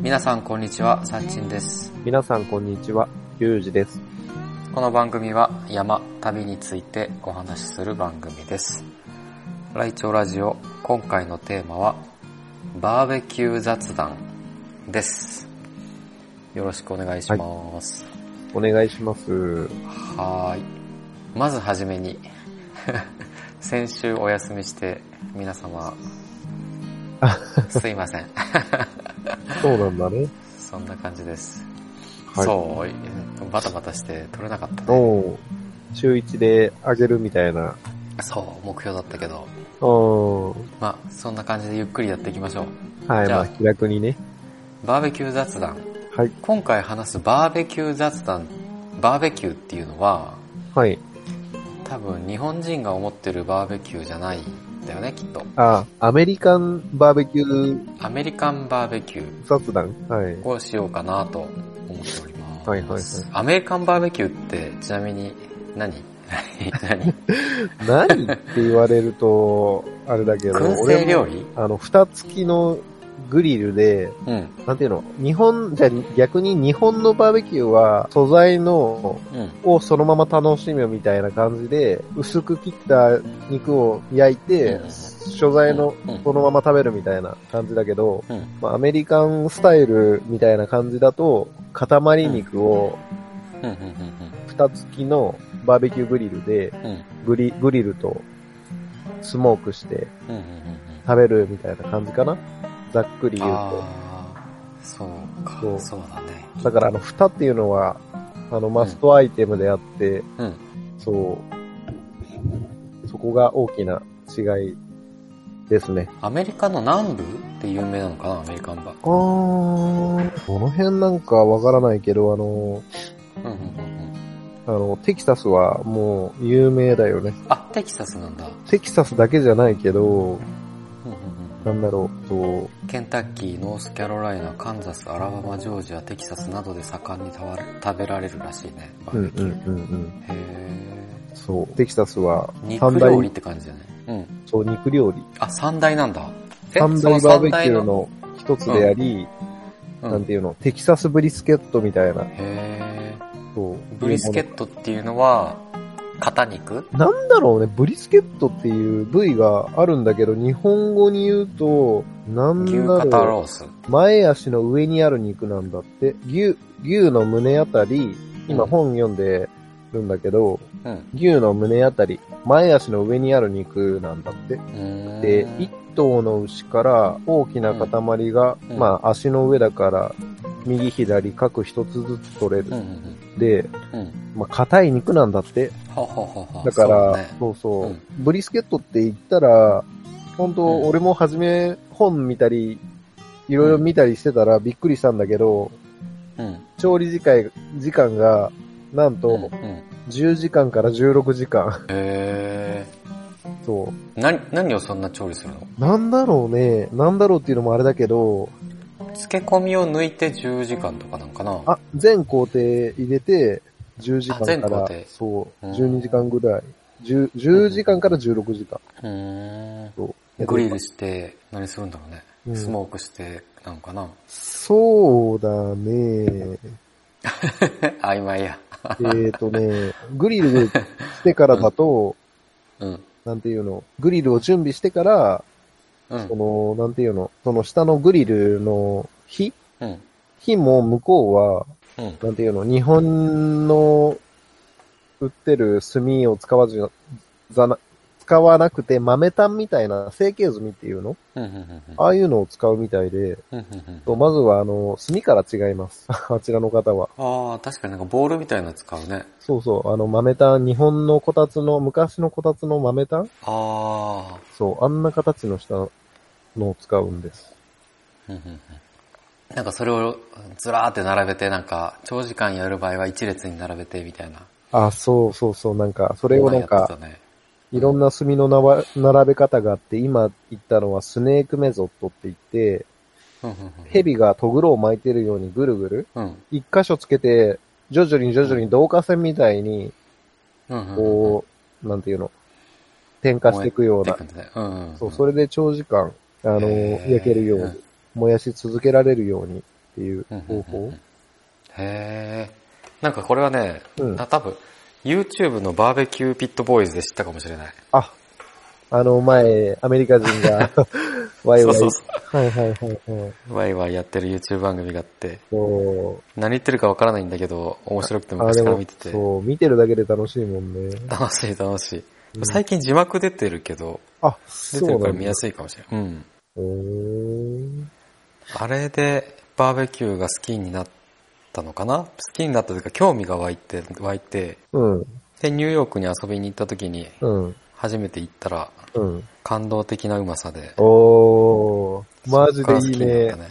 皆さんこんにちは、さっちんです。皆さんこんにちは、ゆうじです。この番組は山、旅についてお話しする番組です。ライチョウラジオ、今回のテーマは、バーベキュー雑談です。よろしくお願いします。お願いします。はーい。まずはじめに、 先週お休みして、皆様、すいません。そうなんだね。そんな感じです。は いそう、バタバタして撮れなかったね。おう週1であげるみたいな。そう、目標だったけど。おーまあ、そんな感じでゆっくりやっていきましょう。はい、じゃまああ気楽にね。バーベキュー雑談。はい。今回話すバーベキュー雑談、バーベキューっていうのは、はい。多分日本人が思ってるバーベキューじゃないんだよね、きっと。あ、アメリカンバーベキューアメリカンバーベキュー雑談はい。をしようかなと思っております。はいはいはいアメリカンバーベキューって、ちなみに何、 何何って言われる と、あれだけど、燻製料理理あの、蓋付きのグリルで、うん。なんていうの日本、じゃあ逆に日本のバーベキューは素材のうん。をそのまま楽しむみたいな感じで、薄く切った肉を焼いてうん、所在のうんそのまま食べるみたいな感じだけど、うん。まあ、アメリカンスタイルみたいな感じだと、塊肉をうん。うん。蓋付きのバーベキューグリルで、うん。うん。グリグリルとスモークしてうん。うん。うん。食べるみたいな感じかなざっくり言うと。ああ、そうか。そうそうだね。だからあの、蓋っていうのは、あの、マストアイテムであって、うん。そう。そこが大きな違いですね。アメリカの南部って有名なのかな、アメリカンバー。あー、この辺なんかわからないけど、あの、うんうんうんうん。あの、テキサスはもう有名だよね。あ、テキサスなんだ。テキサスだけじゃないけど、うんうんうなんんだろう、と、ケンタッキー、ノースキャロライナ、カンザス、アラバマ、ジョージア、テキサスなどで盛んにたわ食べられるらしいね。うんうんうんうん。へえ。そう。テキサスは、肉料理って感じだね。うん。そう、肉料理。あ、三大なんだ。え三その大バーベキ三ュー大の一つであり、うなんん。ていうの、テキサスブリスケットみたいな、へそう。ーブリスケットっていうのは、肩肉なんだろうね、ブリスケットっていう部位があるんだけど、日本語に言うと、なん牛だ肩ろロース。う、前足の上にある肉なんだって。牛、牛の胸あたり、う今ん本読んでるんだけど、うん。牛の胸あたり、前足の上にある肉なんだって。うーんで、一頭の牛から大きな塊が、うんまあ足の上だから、右左各一つずつ取れうんうる。んで、うん。うん。まあ硬い肉なんだって。ほうほうほうほうだかそうら、ねそうそううんブリスケットって言ったら、本うん当俺も初め本見たり、いろいろ見たりしてたらびっくりしたんだけど、うん。調理時間時間が、なんうんうと、ん、 10時間から16時間。 えそー、な、何をそんな調理するのう。なんだろうね。なんだろうっていうのもあれだけど、漬け込みを抜いて10時間とかなんかなあ、全工程入れて、10時間あ全か工ら程、そう、うん12時間ぐらい。10, 10時間から16時間。うーん。そうグリルして、何するんだろうね。うんスモークして、なんかな そうだね。曖昧や。えーとね、グリルしてからだと、 うん。なんていうの、グリルを準備してから、うそん。の、なんていうの、その下のグリルの火うん。火も向こうは、うん。なんていうの、日本の売ってる炭を使わず、ざな、使わなくて豆炭みたいな成形炭っていうのうん。うん。ああいうのを使うみたいで、うん。うん。とまずはあの、炭から違います。 あちらの方は。ああ、確かになんかボールみたいなの使うね。そうそう、あの豆炭、日本のこたつの、昔のこたつの豆炭ああ。そう、あんな形のしたのを使うんです。うんうんうんなんかそれをずらーって並べて、なんか長時間やる場合は一列に並べてみたいな。こあ、そうそうそう、なんか、それをなんやってか、たね。いろんな炭のなわ並べ方があって、今言ったのはスネークメゾットって言って、うんうんうん蛇がトグロを巻いてるようにぐるぐる、うん。一箇所つけて、徐々に徐々に導火線みたいに、うんうんうんこう、なんていうの、点火していくようなって、感じでうんうんうんそう、それで長時間、あの、へー焼けるように、燃やし続けられるようにっていう方法。へえ。なんかこれはね、うんあ、多分 YouTube のバーベキューピットボーイズで知ったかもしれない。あ、あの前、アメリカ人 がワイワイ。そうそうはいはいはいはい。ワイワイやってる YouTube 番組があって、そう。何言ってるかわからないんだけど、面白くてあ昔でからも見てて、そう、見てるだけで楽しいもんね。楽しい楽しい。うん最近字幕出てるけど、あ、出そてるうかならん見だや。すいかもしれない。うん。へーあれでバーベキューが好きになったのかな好きになったというか興味が湧いて、湧いて、うん、で、ニューヨークに遊びに行った時にうん、初めて行ったらうん。感動的なうまさで、おー、マそジでいいっから好きになねっ。たね。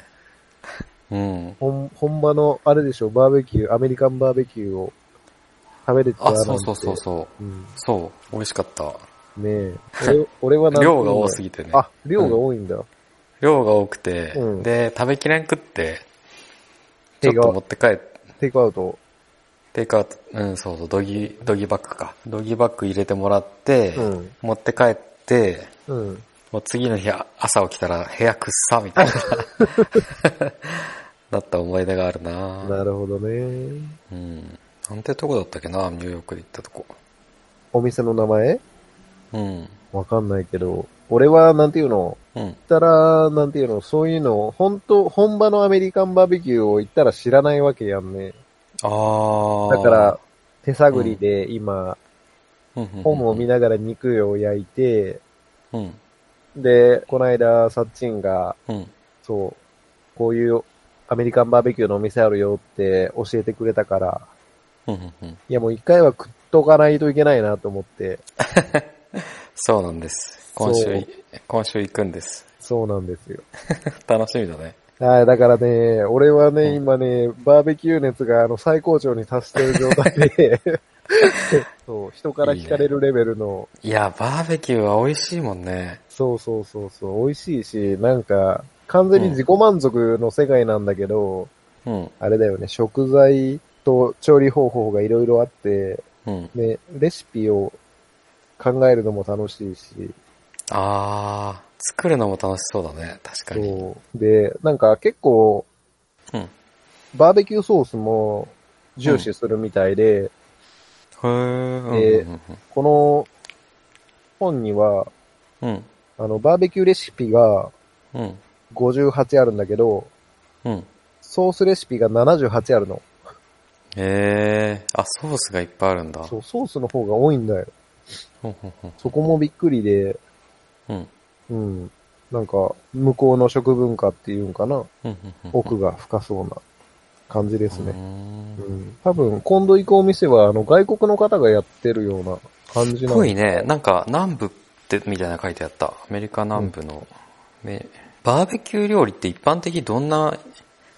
うん。本本場の、あれでしょ、バーベキュー、アメリカンバーベキューを食べれてたあ、なんてそうそうそうそう。うん。そう、美味しかった。ねえ。俺俺はなん量が多すぎぎてね。あ、量が多いんだ。量が多くて、うんで、食べきれんくって、ち手ょっがと持って帰って、テイクアウト。テイクアウト、うん、そうそう、ドギ、ドギバッグか。ドギバッグ入れてもらって、うん持って帰って、うん。もう次の日あ朝起きたら部屋くっさ、みた いな。 なった思い出があるななるほどね。うん。なんてとこだったっけなニューヨークで行ったとこ。お店の名前うん。わかんないけど、俺はなんていうのうん。行ったら、なんていうの、そういうの、本当本場のアメリカンバーベキューを行ったら知らないわけやんね。あー。だから、、手探りで今、本を見な、ながら肉を焼いて、うん。で、こないだ、サッチンが、うん。そう、こういうアメリカンバーベキューのお店あるよって教えてくれたから、うんうんうんいやもう一回は食っとかないといけないなと思って、そうなんです。今週そ、今週行くんです。そうなんですよ。楽しみだね。はい、だからね、俺はね、うん今ね、バーベキュー熱があの最高潮に達してる状態 で、そう、人から聞かれるレベルの、いや、バーベキューは美味しいもんね。そうそうそうそう、美味しいし、なんか、完全に自己満足の世界なんだけど、うん。あれだよね、食材と調理方法がいろいろあって、うん。ね、レシピを考えるのも楽しいし、あー、作るのも楽しそうだね。確かに。そう。で、なんか結構、うん。へバーベキューソースも重視するみたいで、ー。うんこの本には、うんうん。あの、バーベキューレシピがうん。 58あるんだけど、うん。ソースレシピが78あるの。へー。あ、ソースがいっぱいあるんだ。そう、ソースの方が多いんだよ。うんうんうんそこもびっくりで、うん。うん。なんか、向こうの食文化っていうんかな。うんうんうん。奥が深そうな感じですうね。んうん。多分、今度行くお店は、あの、外国の方がやってるような感じなの。ぽいね。なんか、南部って、みたいなの書いてあった。アメリカ南部の、めバーベキュー料理って一般的どんな、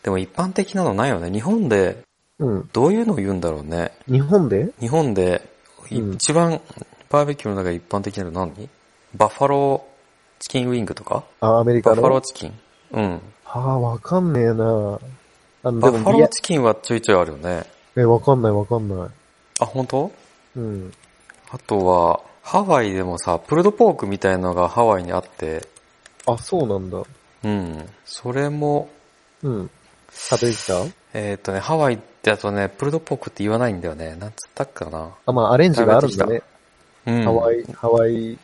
でも一般的なのないよね。日本で、うん。どういうのを言うんだろうね。日本で日本で、いうん一番、バーベキューの中で一般的なの何バッファローチキンウィングとかあ、アメリカバッの。ファローチキンうん。はあ、わかんねえなあの、バッフでァもロリーア、チキンはちょいちょいあるよね。え、わかんないわかんない。あ、本当？うん。あとは、ハワイでもさ、プルドポークみたいのがハワイにあって、あ、そうなんだ。うん。それも、うん。食べてきたえーっ、とね、ハワイだとね、プルドポークって言わないんだよね。なんつったっけな。あ、まあ、アレンジがあるんだね。うん。ハワイ、ハワイ、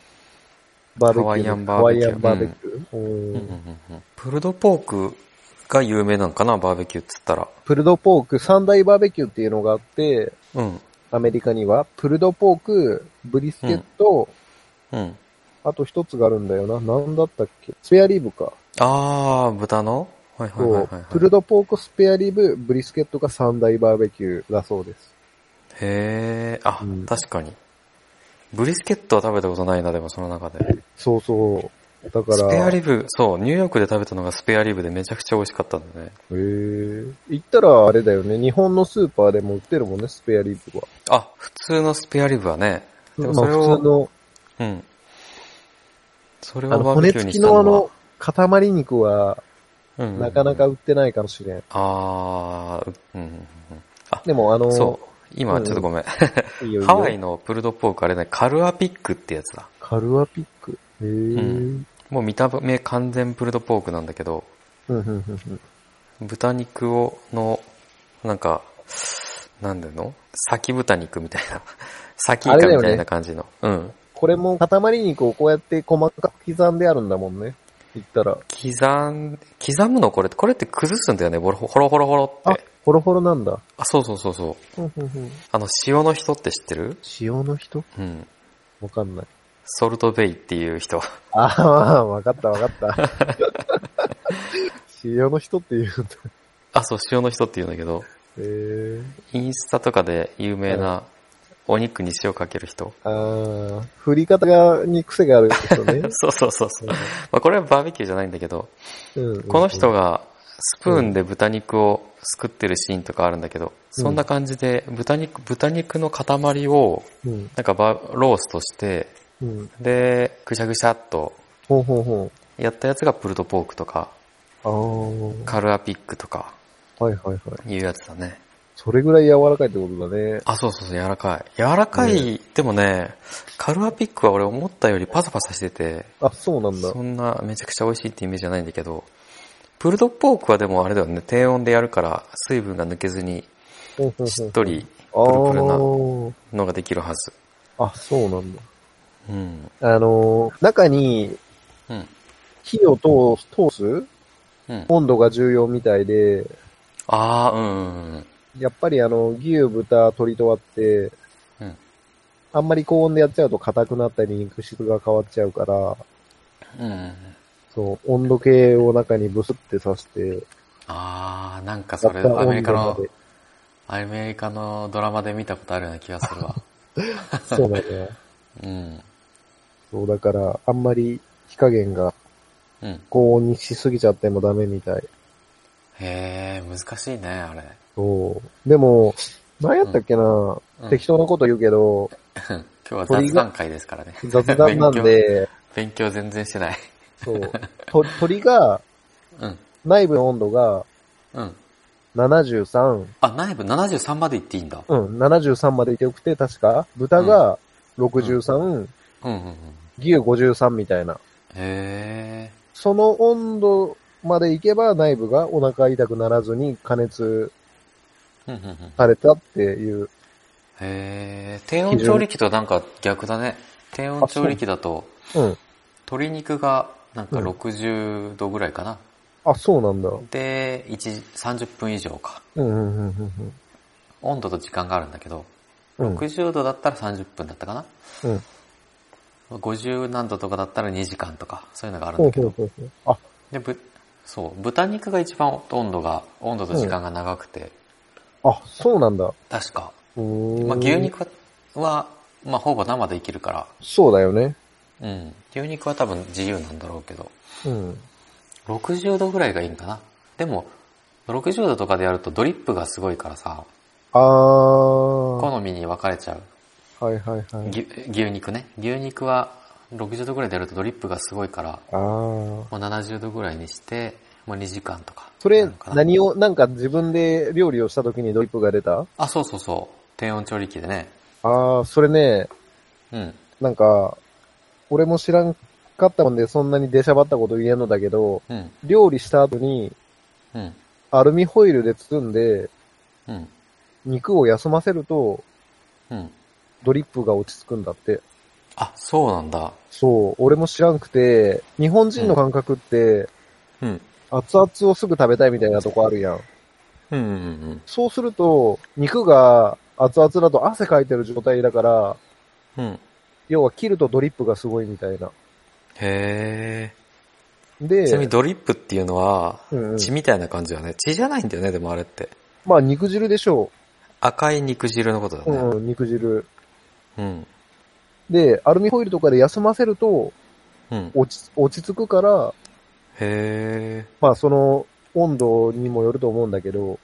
バーベキュー。ハワイアンバーベキューハワイアンバーベキュー。うんううんんうんうんプルドポークが有名なのかな、バーベキューっつったら。プルドポーク、三大バーベキューっていうのがあって、うん。アメリカには、プルドポーク、ブリスケット、うん。あと一つがあるんだよな。なんだったっけスペアリブか。あー、豚のはいはいはいそはうい、はい。プルドポーク、スペアリブ、ブリスケットが三大バーベキューだそうです。へー、あ、うん確かに。ブリスケットは食べたことないな、でもその中で。そうそう。だから、スペアリブ、そう、ニューヨークで食べたのがスペアリブでめちゃくちゃ美味しかったんだね。へー行ったらあれだよね。日本のスーパーでも売ってるもんね、スペアリブは。あ、普通のスペアリブはね。でまもそあれ普通を、の、うん。それあをのバーベ骨キュー付にきしたののはあの、塊肉は、うんうんうんなかなか売ってないかもしれん。あー、うんうんうんあ、でもあの、そう。今ちょっとごめん。いいよいいよハワイのプルドポークあれね、カルアピックってやつだ。カルアピック。へえ。ううんん、もう見た目完全プルドポークなんだけど、うん、うん、うん。豚肉を、の、なんか、なんだの先豚肉みたいな。 先イカみたいな感じの。うん。これも塊肉をこうやって細かく刻んであるんだもんね。言ったら。刻ん、刻むのこれって、これって崩すんだよね、ボロほろほろほろっあて。、ホロホロなんだ。あ、そうそうそうそう。ふんふんふんあの、塩の人って知ってる塩の人うん。わかんない。ソルトベイっていう人。 ああ、わかったわかった。 塩の人って言うんだ。あ、そう、塩の人って言うんだけど、えー、インスタとかで有名なお肉に塩かける人。。ああ、振り方がに癖がある人ね そうそうそうそう。まあ、これはバーベキューじゃないんだけど、うんこの人。がスプーンで豚肉をすくってるシーンとかあるんだけど、そんな感じで豚肉、豚肉の塊をうん。なんかバローストして、うん。で、ぐしゃぐしゃっとほうほうほう。やったやつがプルドポークとか、ああ、カルアピックとかはいはいはい。いうやつだね。それぐらい柔らかいってことだね。あ、そうそうそう、柔らかい。柔らかい、でもね、カルアピックは俺思ったよりパサパサしてて、あ、そうなんだ。そんなめちゃくちゃ美味しいってイメージじゃないんだけど、プルドポークはでもあれだよね、低温でやるから水分が抜けずにほうほうしほっう。とりああプルプルなーのができるはず。あ、そうなんだ。うん。あのー中にうん。火を通す、通すうん。温度が重要みたいで、ああ、うんうんやっぱりあの、牛、豚、鶏とあって、うん。うん。あんまり高温でやっちゃうと硬くなったり肉質が変わっちゃうから、うんうんうん。そう、温度計を中にブスって刺して、ああ、なんかやそっれ、たアメ温リ度カまので、。アメリカのドラマで見たことあるような気がする わ。そうだ ね。うん。そう、だから、あんまり火加減がうん。高温にしすぎちゃってもダメみたい。へえ、難しいね、あれ。そう。でも、前やったっけな、うん適当なこと言うけど、今日は雑談会ですからね。雑談なんで、勉強全然してない。そう。と鳥が、うん。内部の温度がうん。 73、あ、内部73まで行っていいんだ。うん、73までいてよくて、確か、豚が63、うんうんうん。牛53みたいな。へえ。その温度までいけば内部がお腹痛くならずに加熱うんうんうん。されたっていう。へえ。低温調理器とはなんか逆だね。低温調理器だと、うん。鶏肉がなんかうん60度ぐらいかな。あ、そうなんだ。で、1、30分以上か。うんうんうんうん温度と時間があるんだけど、うん。うん。 60度だったら30分だったかな。うん。 50何度とかだったら2時間とか、そういうのがあるんほだうけほどう。ほうほう。あ、で、ぶ、そう、豚肉が一番温度が、温度と時間が長くて、あ、そうなんだ。確か。うーん。まあ、牛。肉は、まあ、ほぼ生でいけるかそうだよね。ら、うん。牛肉は多分自由なんだろうけど、うん。 60度ぐらいがいいんかな。でも、60度とかでやるとドリップがすごいからさ、あー。は好みに分かれちゃう。いはいはい。牛牛肉ね。牛肉は60度ぐらいでやるとドリップがすごいから、あー。もう70度ぐらいにして、もう2時間とか。それなの、かな何を、なんか自分で料理をした時にドリップが出たあ、そうそうそう。低温調理器でね。ああ、それね、うん。なんか、俺も知らんかったもんで、そんなに出しゃばったこと言えんのだけど、うん。料理した後にうん。アルミホイルで包んで、うん。肉を休ませると、うん。ドリップが落ち着くんだって。あ、そうなんだ。そう、俺も知らんくて、日本人の感覚って、うん。熱々をすぐ食べたいみたいなとこあるやん。うんうんうんそうすると、肉が熱々だと汗かいてる状態だから、うん。うん。要は切るとドリップがすごいみたいな。へえ。で、ちなみにドリップっていうのは、うんうん血みたいな感じだね。血じゃないんだよね、でもあれって。まあ肉汁でしょ赤い肉汁のことだう。うね。ん、肉汁。うん。で、アルミホイルとかで休ませると、うん。へ落ち、落ち着くから、え。まあその温度にもよると思うんだけど、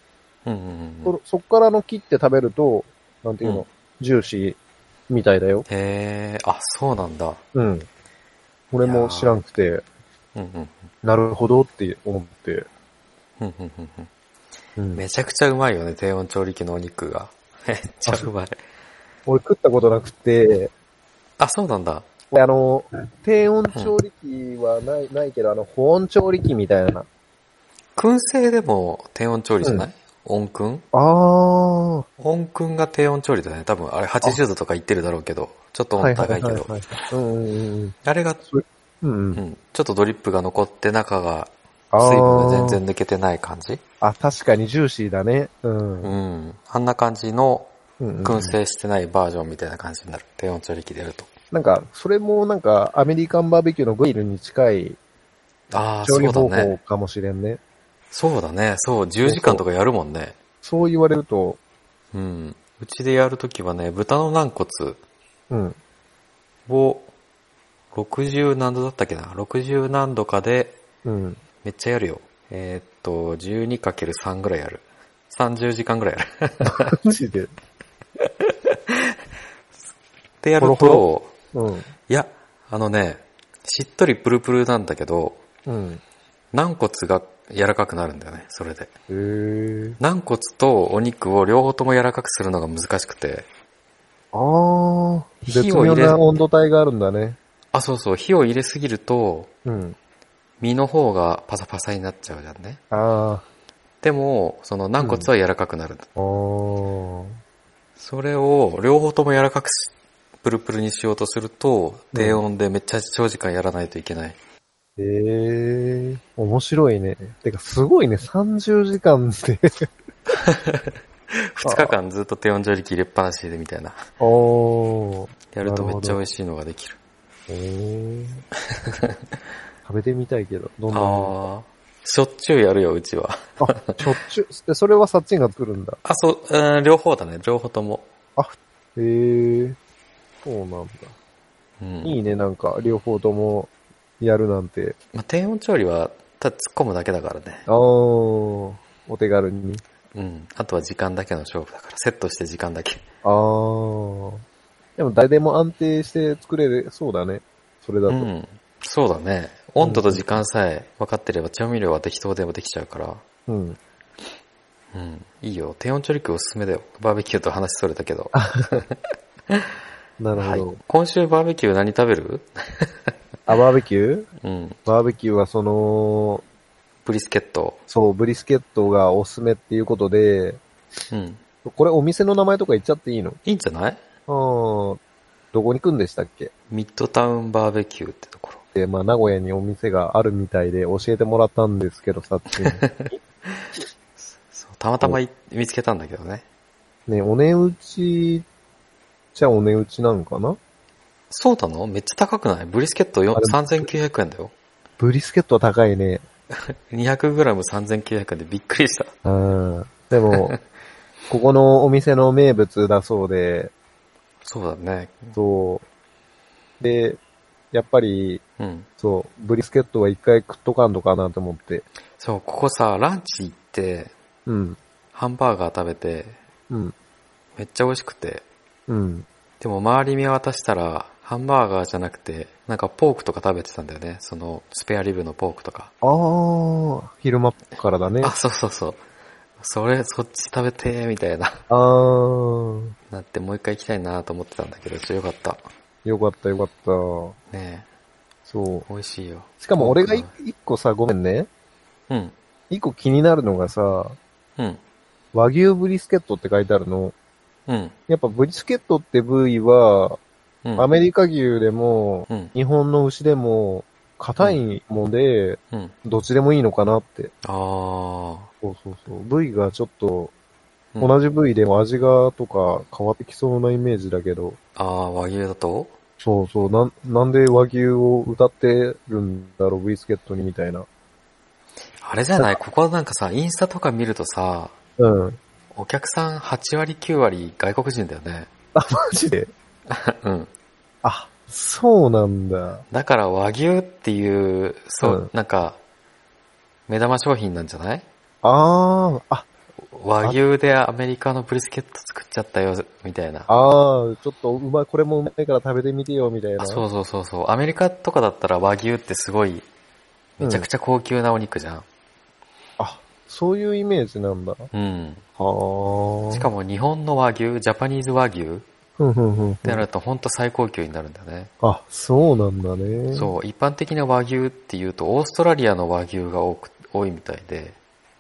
うんうんうん。そそっからの切って食べると、なんていうの、うんジューシーみたいだよ。へえ。あ、そうなんだ。うん。俺も知らんくて、うんうんなるほどって思って。うん。うんうんうんうん。うん、めちゃくちゃうまいよね、低温調理器のお肉が。 めっちゃうまい。俺食ったことなくて、あ、そうなんだ。あの、低温調理器はない、ないけど、あの、保温調理器みたいな。燻製でも低温調理じゃない、温燻あ温燻が低温調理だね。多分あれ80度とかいってるだろうけど、ちょっとあ。は温いは度いは高いいけど、はい。うんうんうん。あれが、ううんうん。ん、ちょっとドリップが残って中があー水分が全然抜けてない感じあ、確かにジューシーだね。うん。ううんん。あんな感じのうんうん燻製してないバージョンみたいな感じになる。低温調理器でやると。なんか、それもなんか、アメリカンバーベキューのグリルに近いああ、調そ理うだ方ね法。かもしれんね。そうだね。そう、10時間とかやるもんね。そう言われると、うん。うちでやるときはね、豚の軟骨うん。を60何度だったっけな ?60 何度かで うん。めっちゃやるよ。えーっと、12×3 ぐらいやる。30時間ぐらいやる。マジで。でやるほろと、うん。いや、あのね、しっとりプルプルなんだけど、うん。軟骨が柔らかくなるんだよね、それで。へー。軟骨とお肉を両方とも柔らかくするのが難しくて、ああ。絶火を入妙れな温度帯があるんだね。あ、そうそう、火を入れすぎると、うん。身の方がパサパサになっちゃうじゃんね。あでも、その軟骨は柔らかくなる。あ。おー。それを両方とも柔らかくし、プルプルにしようとすると、低温でめっちゃ長時間やらないといけない。ええー、面白いね。てか、すごいね、30時間で。 2日間ずっと低温調理器入れっぱなしでみたいな。おー。やるとめっちゃ美味し味しい。いのができる。 えー、食べてみたいけど、どんなのああ。しょっちゅうやるよ、うちは。あ、しょっちゅうで、それはサッチンが作るんだ。あ、そう、うん、両方だね、両方とも。へえー、そうなんだ。うん。いいね、なんか、両方ともやるなんて。まあ、低温調理は、ただ突っ込むだけだからねあ。ー、お手軽に。うん。あとは時間だけの勝負だから、セットして時間だけ。あー。でも、誰でも安定して作れる、そうだね。それだうと。ん。そうだね。温度と時間さえ分かってれば調味料は適当でもできちゃうから。うん。うん。いいよ。低温調理器おすすめだよ。バーベキューと話それたけど。なるはほいど。。今週バーベキュー何食べるあ、バーベキューうん。バーベキューはその、ブリスケット。そう、ブリスケットがおすすめっていうことで、うん。これお店の名前とか言っちゃっていいのいいんじゃないあーどこに行くんでしたっけミッドタウンバーベキューってところ。で、まあ、名古屋にお店があるみたいで教えてもらったんですけど、さっき。 そう、たまたまい見つけたんだけどね。ね、お値打ち、じゃあお値打ちなのかなそうなのめっちゃ高くないブリスケットよあれ3900円だよ。ブリスケットは高いね。 200g3900 円でびっくりした。うん。で も、ここのお店の名物だそうで、そうだね。そう。で、やっぱり、うん。そう、ブリスケットは一回食っとかんとかなと思って。そう、ここさ、ランチ行って、うん。ハンバーガー食べて、うん。めっちゃ美味しくて。うん。でも周り見渡したら、ハンバーガーじゃなくて、なんかポークとか食べてたんだよね。その、スペアリブのポークとか。あー、昼間からだね。あ、そうそうそう。それ、そっち食べて、みたいな。あー、なって、もう一回行きたいなと思ってたんだけど、ちょっとよかった。よかったよかった。ねそうえ、。美味しいよ。しかも俺がいポーク一個さ、ごめんね。のうん。一個気になるのがさ、うん。和牛ブリスケットって書いてあるの。うん。やっぱブリスケットって部位は、うん。アメリカ牛でも、うん。日本の牛でも、硬いもんで、うん。どっちでもいいのかなって。あー。そうそうそう。部位がちょっと、うん同じ部位でも味がとか変わってきそうなイメージだけど、あー、和牛だとそうそう、なん、なんで和牛を歌ってるんだろう、ブリスケットにみたいな。あれじゃないここなんかさ、インスタとか見るとさ、うん。お客さん8割9割外国人だよね。あ、マジでうん。あ、そうなんだ。だから和牛っていう、そう、うんなんか、目玉商品なんじゃないあー、あ、和牛でアメリカのブリスケット作っちゃったよ、みたいな。ああー、ちょっとうまい、これもうまいから食べてみてよ、みたいな。そうそうそうそう。アメリカとかだったら和牛ってすごい、めちゃくちゃ高級なお肉じゃん。あ、そういうイメージなんだ。うん。はあ。しかも日本の和牛、ジャパニーズ和牛っふんふんふんふん。てなるとほんと最高級になるんだよね。あ、そうなんだね。そう、一般的な和牛っていうと、オーストラリアの和牛が多く、多いみたいで、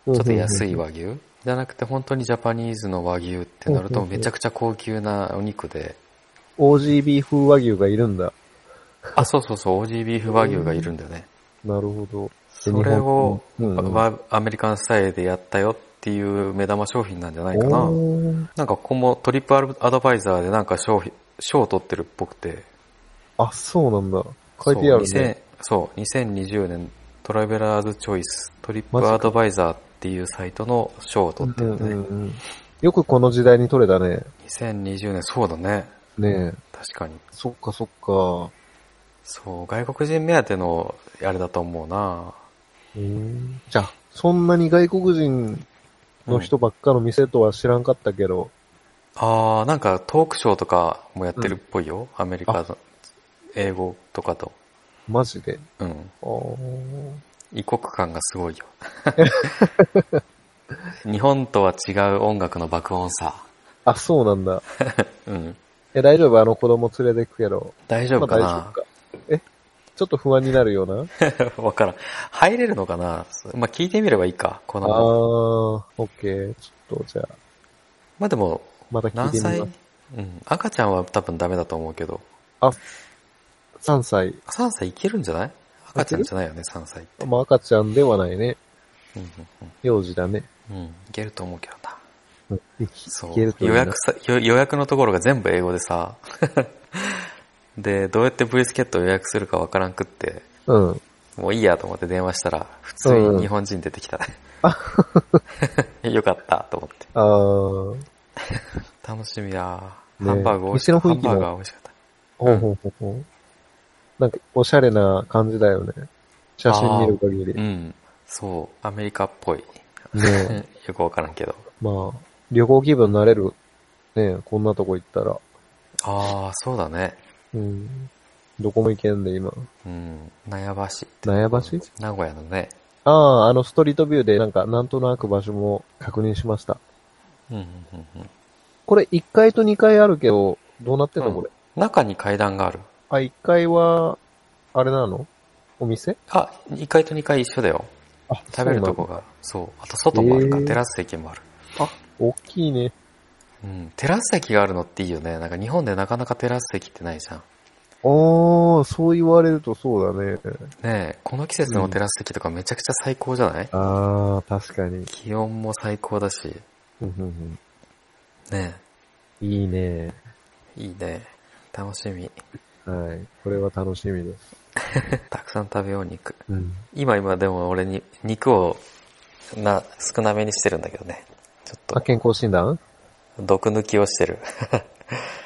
ょちょっと安い和牛じゃなくて本当にジャパニーズの和牛ってなるうんとうんうんめちゃくちゃ高級なお肉で、 OGB 風和牛がいるんだ。あ、そうそうそう、OG ビーフ和牛がいるんだよね。なるほど。それを、うんうんわアメリカンスタイルでやったよっていう目玉商品なんじゃないかな。おーなんかここもトリップアルアドバイザーでなんか賞品、賞を取ってるっぽくて。あ、そうなんだ。書いてあるね。そう、2000そう2020年トラベラーズチョイストリッマジプかアドバイザーっていうサイトの賞を取ってるね。うんうんうんよくこの時代に取れたね。 2020年、そうだね。ねえ。確かに。そっかそっか。そう、外国人目当てのあれだと思うなうんじゃあ、そんなに外国人の人ばっかの店とは知らんかったけど、あー、なんかトークショーとかもやってるっぽいよ。アメリカの英語とかと。マジで。うん。あー異国感がすごい よ。日本とは違う音楽の爆音さ。あ、そうなんだ。うん。え、大丈夫あの子供連れてくけど。大丈夫かまなあ、大丈夫かえ、ちょっと不安になるような わからん。入れるのかなまあ、聞いてみればいいか、こあー、の。オッケー。ちょっと、じゃあ、まあ、でも、また聞い何てみ歳まうす。ん。赤ちゃんは多分ダメだと思うけど、あ、3歳。 3歳いけるんじゃない赤ちゃんじゃないよね、3歳って。まあ、赤ちゃんではないね。うんうん幼児だね。うん。うん、いけると思うけどな。うんいそ。いうけるといい予な約さ、予予約のところが全部英語でさ、 で、どうやってブリスケットを予約するかわからんくって、うん。もういいやと思って電話したら、普通に日本人出てきた。 よかったと思って。あー。楽しみや、ねハンバーグ美味しかった。ハ店の雰囲ン気もバーガー美味しかった。ほうほうほうほう。なんか、おしゃれな感じだよね。写真見る限り。うねん。そう、アメリカっぽい。 えよくわからんけど。まあ、旅行気分になれる。ねえ、こんなとこ行ったら。ああ、そうだね。うん。どこも行けんで、今。うん。悩ましい。苗場市名古屋のね。ああ、あのストリートビューでなんか、なんとなく場所も確認しました。うんうんうんうん。これ1階と2階あるけど、どうなってんのこれ。中に階段がある。あ、1階は、あれなのお店あ、1階と2階一緒だよ。あ、食べるとこが。そう。あと外もあるかへら、ーテラス席もある。そうなんだ。大きいね。うん。テラス席があるのっていいよね。なんか日本でなかなかテラス席ってないじゃん。ああ、そう言われるとそうだね。ねえ、この季節のテラス席とかめちゃくちゃ最高じゃない、ああ、確かに。気温も最高だし。ねうんうんえ。うんいいね。いいね。楽しみ。はい。これは楽しみです。たくさん食べよう、肉。うん。今今でも俺に、肉を、な、少なめにしてるんだけどね。ちょっあ、と、健康診断毒抜きをしてる。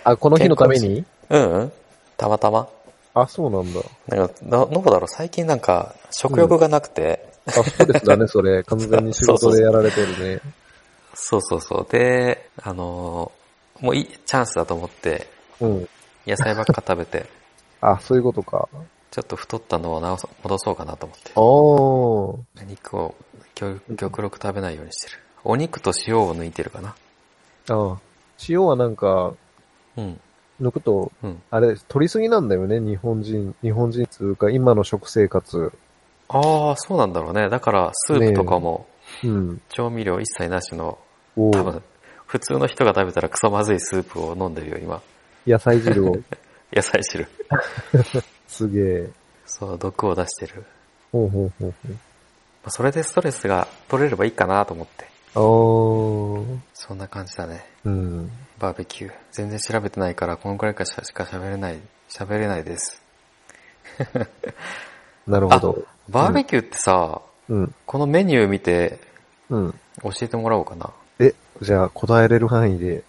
あ、この日のためにうんうん。たまたま。あ、そうなんだ。なんか、な、どうだろう、最近なんか、食欲がなくて、あ、ストレスだね、それ。完全に仕事でやられてるね。そうそうそう。で、あのーもういい、チャンスだと思って、うん。野菜ばっか食べて、あ、そういうことか。ちょっと太ったのを直そ、戻そうかなと思って。おー。肉を極極力食べないようにしてる。お肉と塩を抜いてるかな。あ塩はなんか、うん。抜くと、うん。あれ、取りすぎなんだよね、日本人。日本人つうか、今の食生活。ああ、そうなんだろうね。だから、スープとかも、うん。調味料一切なしの、お多ー分、普通の人が食べたらクソまずいスープを飲んでるよ、今。野菜汁 を。野菜汁。すげえ。そう、毒を出してる。ほうほうほうまあそれでストレスが取れればいいかなと思って。ほう。そんな感じだね。あー。うん。バーベキュー。全然調べてないから、このくらいかしか喋れない、喋れないです。なるほど。バーベキューってさ、うん。このメニュー見てうん。教えてもらおうかな。え、じゃあ答えれる範囲で。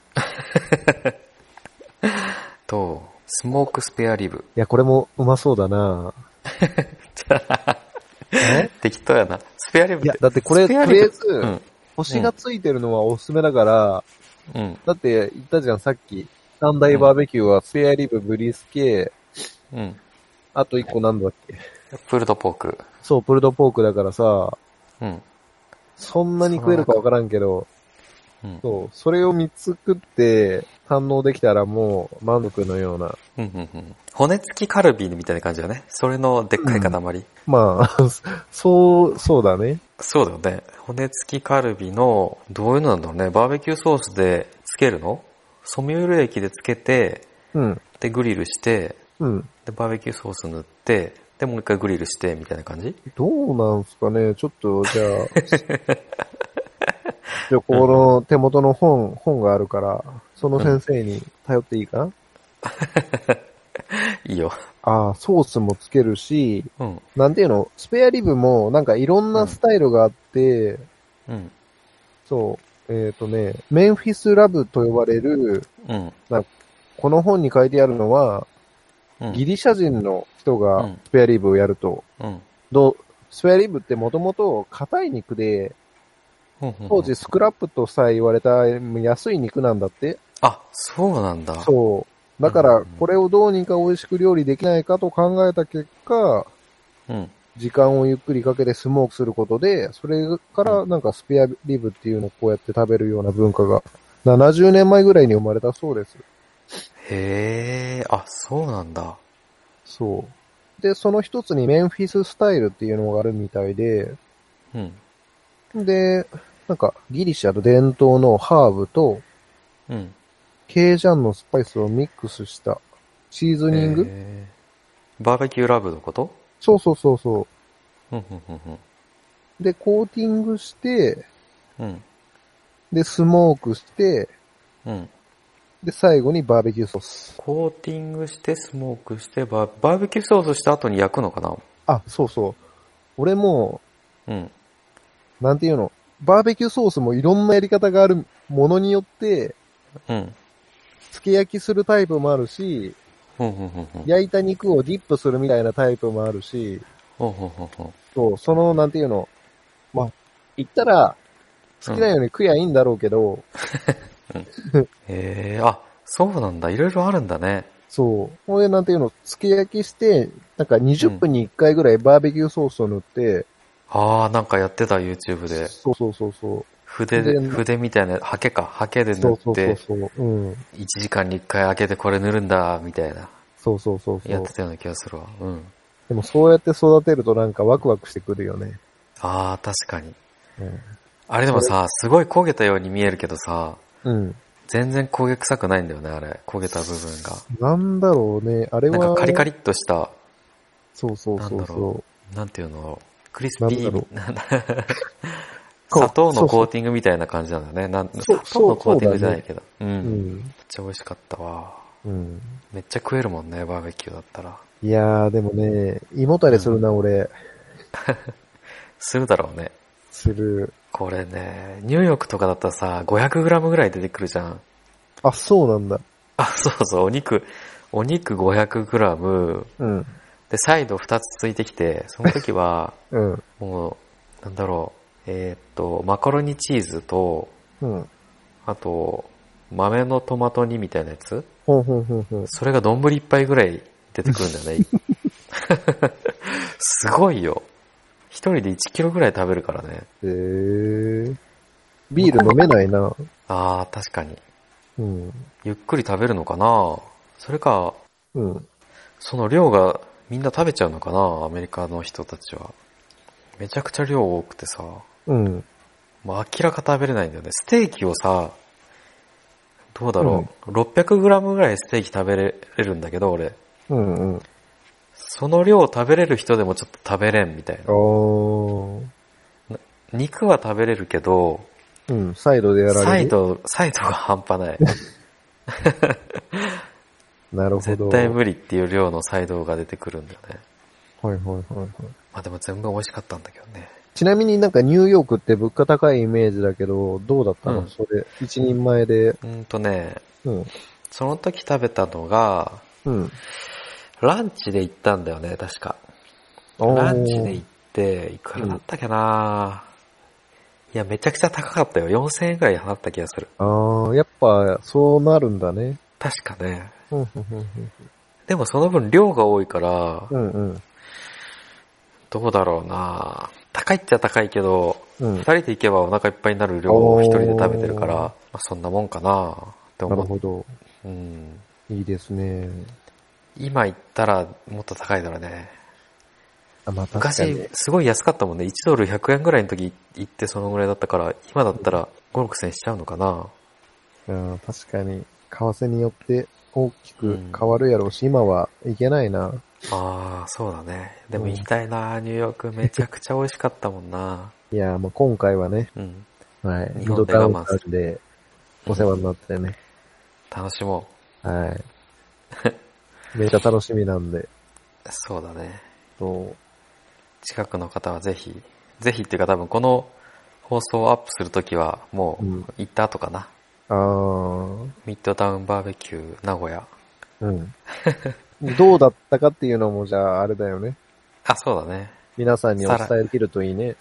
と、スモークスペアリブ。いや、これもうまそうだなえ適当やな。スペアリブっいて。や、だってこスれ、とペアリブりあえず、うん。星がついてるのはおすすめだから、うん。だって言ったじゃん、さっき。三大バーベキューは、スペアリブ、ブリスケ、うん。あと一個なんだっけ。プルドポーク。そう、プルドポークだからさ、うん。そんなに食えるかわからんけど、うん。そう、それを見つくって堪能できたらもう満足のような、うんうんうん。骨付きカルビみたいな感じだね。それのでっかい塊。まあ、 そう、そうだね。そうだよね。骨付きカルビの、どういうのなんだろうね。バーベキューソースでつけるのソミュール液でつけて、うん、で、グリルして、うん。で、バーベキューソース塗って、で、もう一回グリルして、みたいな感 じどうなんすかねちょっと、じゃあ、 じゃあこの手元の本、本があるから、その先生に頼っていいかな、いいよ。ああ、ソースもつけるし、うん。なんていうの、スペアリブもなんかいろんなスタイルがあって、うん。そう、えっ、とね、メンフィスラブと呼ばれる、うん。この本に書いてあるのは、うん。ギリシャ人の人うがんスペアリブをやると、うん。どうスペアリブってもともと硬い肉で、当時スクラップとさえ言われた安い肉なんだって。あ、そうなんだ。そう。だかうらん、これをどうにか美味しく料理できないかと考えた結果、うん。時間をゆっくりかけてスモークすることで、それからなんかスペアリブっていうのをこうやって食べるような文化が、70年前ぐらいに生まれたそうです。へえ、あ、そうなんだ。そう。で、その一つにメンフィススタイルっていうのがあるみたいで、うん。で、なんかギリシャの伝統のハーブとうん。ケージャンのスパイスをミックスしたシーズニング、へーバーベキューラブのことそうそうそうそうん、うん、うんう。で、コーティングして、うん。うん。で、スモークして、うん。で、最後にバーベキューソース。コーティングして、スモークして、バーバーベキューソースした後に焼くのかなあ、そうそう。俺も、うん。なんていうの、バーベキューソースもいろんなやり方があるものによって、うん。つけ焼きするタイプもあるし、うん、うん、うん、うん。焼いた肉をディップするみたいなタイプもあるし、ほうほうほうほうそう、その、なんていうの、まあ、言ったら、好きなように食やいいんだろうけど、へえ、あ、そうなんだ。いろいろあるんだね。そう、これなんていうの、つけ焼きして、なんか20分に1回ぐらいバーベキューソースを塗って、ああ、なんかやってた、YouTube で。そうそうそうそう、筆で、で筆みたいな、ハケか、ハケでそ塗うそっうそうて、そう、うん、 1時間に1回開けてこれ塗るんだ、みたいな。そうそうそうそやっうて。たような気がするわ。うん。でもそうやって育てるとなんかワクワクしてくるよね。ああ、確かに。うんあれでもさ、すごい焦げたように見えるけどさ、うん。全然焦げ臭くないんだよね、あれ。焦げた部分が。なんだろうね。あれは。なんかカリカリ。リっとした、そうそうなそんうだそろう。なんていうの、クリスピなんだろー、なんだこう砂糖そのうそコうーティングみたいな感じなんだね。なんそう砂糖のコーティングじゃないけど。う。うんめっん。ちゃ美味しかったわ。うん。めっちゃ食えるもんね、バーベキューだったら。いやー、でもね、胃もたれするな、俺。するだろうね。する。これね、ニューヨークとかだったらさ、500g ぐらい出てくるじゃん。あ、そうなんだ。あ、そうそう、お肉、お肉 500g、うん。で、サイド2つついてきて、その時は、うん。もう、なんだろう、えーっと、マカロニチーズと、うん。あと、豆のトマト煮みたいなやつほんほんほんほん。それが丼いっぱいぐらい出てくるんだよね。 すごいよ。一人で1キロぐらい食べるからね。えー。ビール飲めないな。あー、確かに。うん。ゆっくり食べるのかなそれか、うん。その量がみんな食べちゃうのかなアメリカの人たちは。めちゃくちゃ量多くてさ、もうん。う明らか食べれないんだよね。ステーキをさ、どうだろう。600g ぐらいステーキ食べれるんだけど、俺。うんうん。その量食べれる人でもちょっと食べれんみたいあな。ー。肉は食べれるけど、うん。サイドでやられる。サイ。ド、サイドが半端 ない。なるほど。絶対無理っていう量のサイドが出てくるんだよね。はいはいはいはい。まあでも全部美味しかったんだけどね。ちなみになんかニューヨークって物価高いイメージだけど、どうだったの、うんそれ。一人前で。うーんとね、うん。その時食べたのが、うん。ランチで行ったんだよね、確か。おーランチで行って、いくらだったっけな、いや、めちゃくちゃ高かったよ。4000円くらい払った気がする。ああ、やっぱ、そうなるんだね。確かね。うん、うん、でもその分量が多いからう、ん。うん、うん。どうだろうな高いっちゃ高いけど、うん二。人で行けばお腹いっぱいになる量を一人で食べてるから、まあ、そんなもんかなってなる思ほど。う。うん。いいですね。今行ったらもっと高いだろうね。あ、まあ、確かに昔ね。、すごい安かったもんね。1ドル100円ぐらいの時行ってそのぐらいだったから、今だったら5、6000円しちゃうのかなうん、確かに。為替によって大きく変わるやろうし、今はいけないな。ああ、そうだね。でもうん行きたいな、ニューヨーク。めちゃくちゃ美味しかったもんな。いやー、もう今回はね、うん。はい。日イン本ドでタウ我ン慢するさんでお世話になってね。楽しも はい。めっちゃ楽しみなんで。う。そうだね。そう。近くの方はぜひ、ぜひっていうか多分この放送をアップするときはもううん行った後かな。あー。ミッドタウンバーベキュー名古屋。 うん。どうだったかっていうのも、じゃあ、あれだよね。あ、そうだね。皆さんにお伝えできるといいね。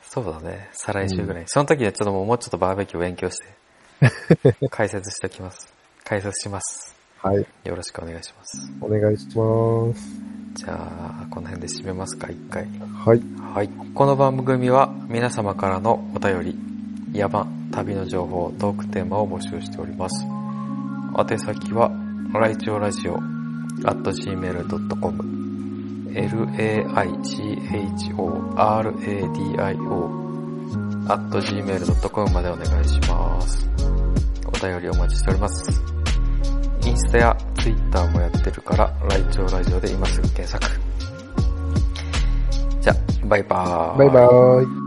そうだね。再来週ぐらい。その時はちょっともうもうちょっとバーベキューを勉強して、解説しておきます。解説します。はい。よろしくお願いします。お願いします。じゃあ、この辺で締めますか、一回。はい。はい。この番組は皆様からのお便り、山、旅の情報、トークテーマを募集しております。宛先は、ライチオラジオ、gmail.com、laichoradio、gmail.com までお願いします。お便りお待ちしております。インスタやツイッターもやってるから、ライチオラジオで今すぐ検索。じゃあ、バイバーイ。バイバーイ。